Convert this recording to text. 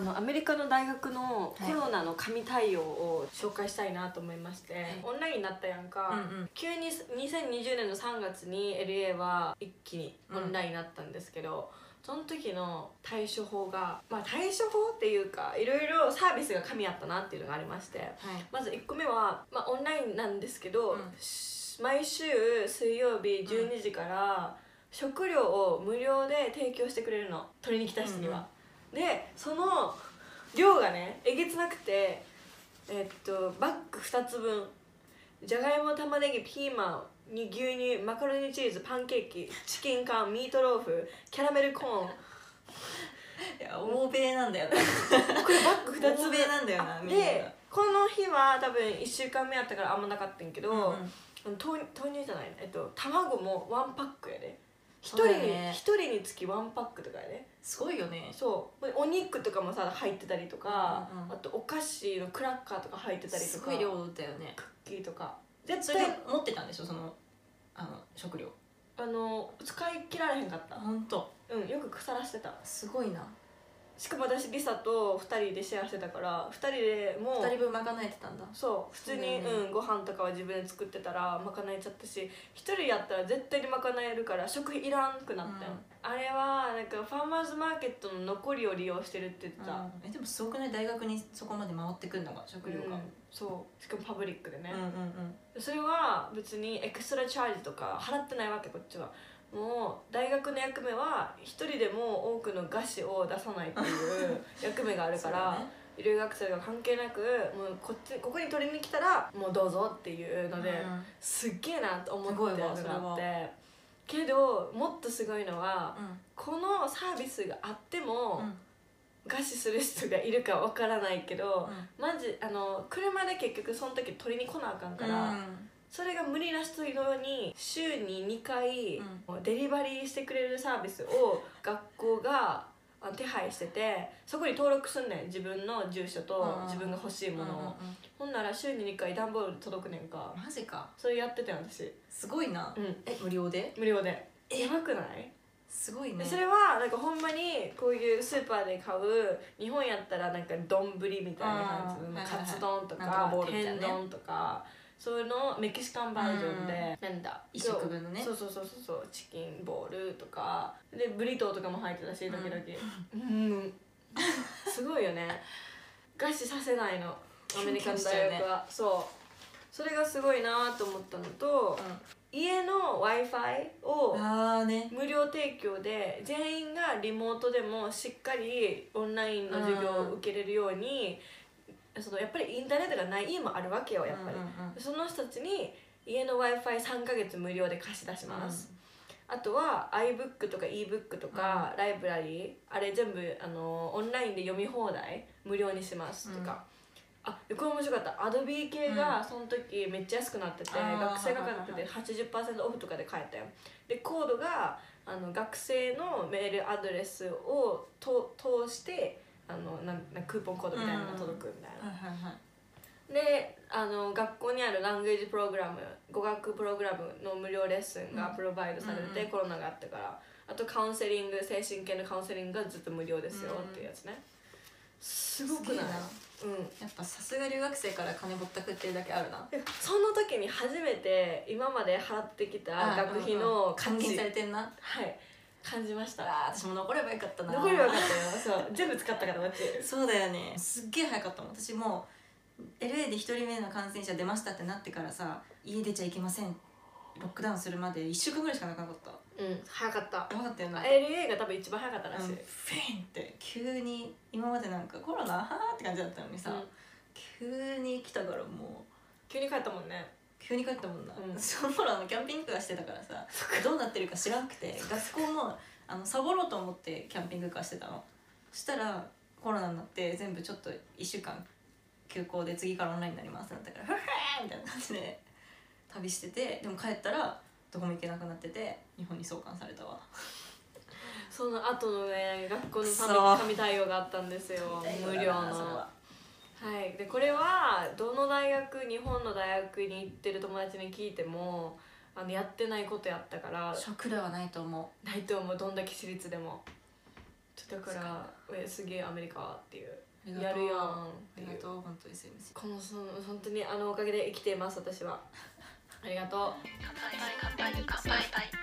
のアメリカの大学のコロナの紙対応を紹介したいなと思いまして、いオンラインになったやんか、うんうん急に2020年の3月に LA は一気にオンラインになったんですけど、その時の対処法がまあ対処法っていうかいろいろサービスが紙やったなっていうのがありましてはいまず1個目は、まあ、オンラインなんですけど、うんし毎週水曜日12時から食料を無料で提供してくれるの取りに来た人には。でその量がねえげつなくてえっとバッグ2つ分じゃがいも玉ねぎピーマンに牛乳マカロニチーズパンケーキチキン缶ミートローフキャラメルコーンいや欧米なんだ よなこれバッグ2つ欧分米なんだよなみんなでこの日は多分1週間目やったからあんまなかったんやけど、うんうん豆豆乳じゃないえっと卵もワンパックやで一そう人だに一、ね人につきワンパックとかやですごいよねそうお肉とかもさ入ってたりとか、うんうんうんあとお菓子のクラッカーとか入ってたりとかすごい量だよねクッキーとかそ絶れ対持ってたんでしょそのあの食料あの使い切られへんかった本当うんよく腐らしてたすごいなしかも私リサと2人でシェアしてたから2人でも2う人分賄えてたんだそう普通にう、そうだよねん、ご飯とかは自分で作ってたら賄えちゃったし一人やったら絶対に賄えるから食費いらんくなったよ、うんあれはなんかファーマーズマーケットの残りを利用してるって言ってた、うんえでもすごくない大学にそこまで回ってくるのが食料うがん、そうしかもパブリックでね、うんうんそれは別にエクストラチャージとか払ってないわけこっちはもう大学の役目は一人でも多くの餓死を出さないっていう 役目があうるんから、留学生が関係なくもうこっちここに取りに来たらもうどうぞっていうそうのだで、ねすっげえなと思ったのすごいがあわっそれてけどもっとすごいのはうんこのサービスがあってうもん餓死する人がいるかわからないけどうんマジあの車で結局その時取りに来なあかんかうら。んそれが無理な人のように週に2回うデリバリーしてくれるサービスを学校があ手配しててそこに登録すんねん自分の住所とうん自分が欲しいものうんうんをほんなら週に2回段ボールで届くねんかうんマジかそれやってたよ私すごいなうんえ無料で無料でやばくない、すごいねそれはなんかほんまにこういうスーパーで買う日本やったらなんか丼みたいな感じうんのはいはいはいカツ丼となんとかかボールみたい天なね丼とかそういうのをメキシカンバージョンで、なんだ一食分のねそうそうそうそうそうチキンボールとかでブリトーとかも入ってたし時々うん、すごいよね餓死させないのアメリカの大学は、そうそれがすごいなと思ったのとう家の w i f i をんああね 無料提供で全員がリモートでもしっかりオンラインの授業を受けれるようにそのやっぱりインターネットがない家もあるわけよやっぱり、うんうんうんその人たちに家の w i f i 3ヶ月無料で貸し出します、あとは iBook とか ebook とか、ライブラリーあれ全部あのオンラインで読み放題無料にしますとか、あこれ面白かったアドビー系がその時めっちゃ安くなってて、あー学生が買ってはいて80%オフとかで買えたよでコードがあの学生のメールアドレスをと通してあのなんなんクーポンコードみたいなのが届くみたいな、はいはいはいであの学校にあるランゲージプログラム語学プログラムの無料レッスンがプロバイドされて、うんうんコロナがあったからあとカウンセリング精神系のカウンセリングがずっと無料ですようんうんっていうやつね、すごくないうんやっぱさすが留学生から金ぼったくってるだけあるなでその時に初めて今まで払ってきた学費の価還値、元されてんなはい感じましたあー私も残ればよかったな残りはよかった よそう全部使ったから私そうだよねすっげえ早かったもん私もう LA で1人目の感染者出ましたってなってからさ家出ちゃいけませんロックダウンするまで1週間ぐらいしかなかったうん早かったやばかったよな LA が多分一番早かったうんらしい、フェンって急に今までなんかコロナはーって感じだったのにさ、うん急に来たからもう急に帰ったもんね急に帰ったもんな、うんその頃あのキャンピングカーしてたからさどうなってるか知らんくて学校もあのサボろうと思ってキャンピングカーしてたのそしたらコロナになって全部ちょっと1週間休校で次からオンラインになりますってなったから「フー!」みたいな感じで旅しててでも帰ったらどこも行けなくなってて日本に送還されたわその後のね学校くその紙紙対応があったんですよ無料のそれははいでこれはどの大学日本の大学に行ってる友達に聞いてもあのやってないことやったから食料はないと思ないと思うどんだけ私立でもだからえすげえアメリカっていうありがとうやるやんあってりいがうとう本当 SMC このその本当にあのおかげで生きています私はありがとう乾杯乾杯乾杯乾杯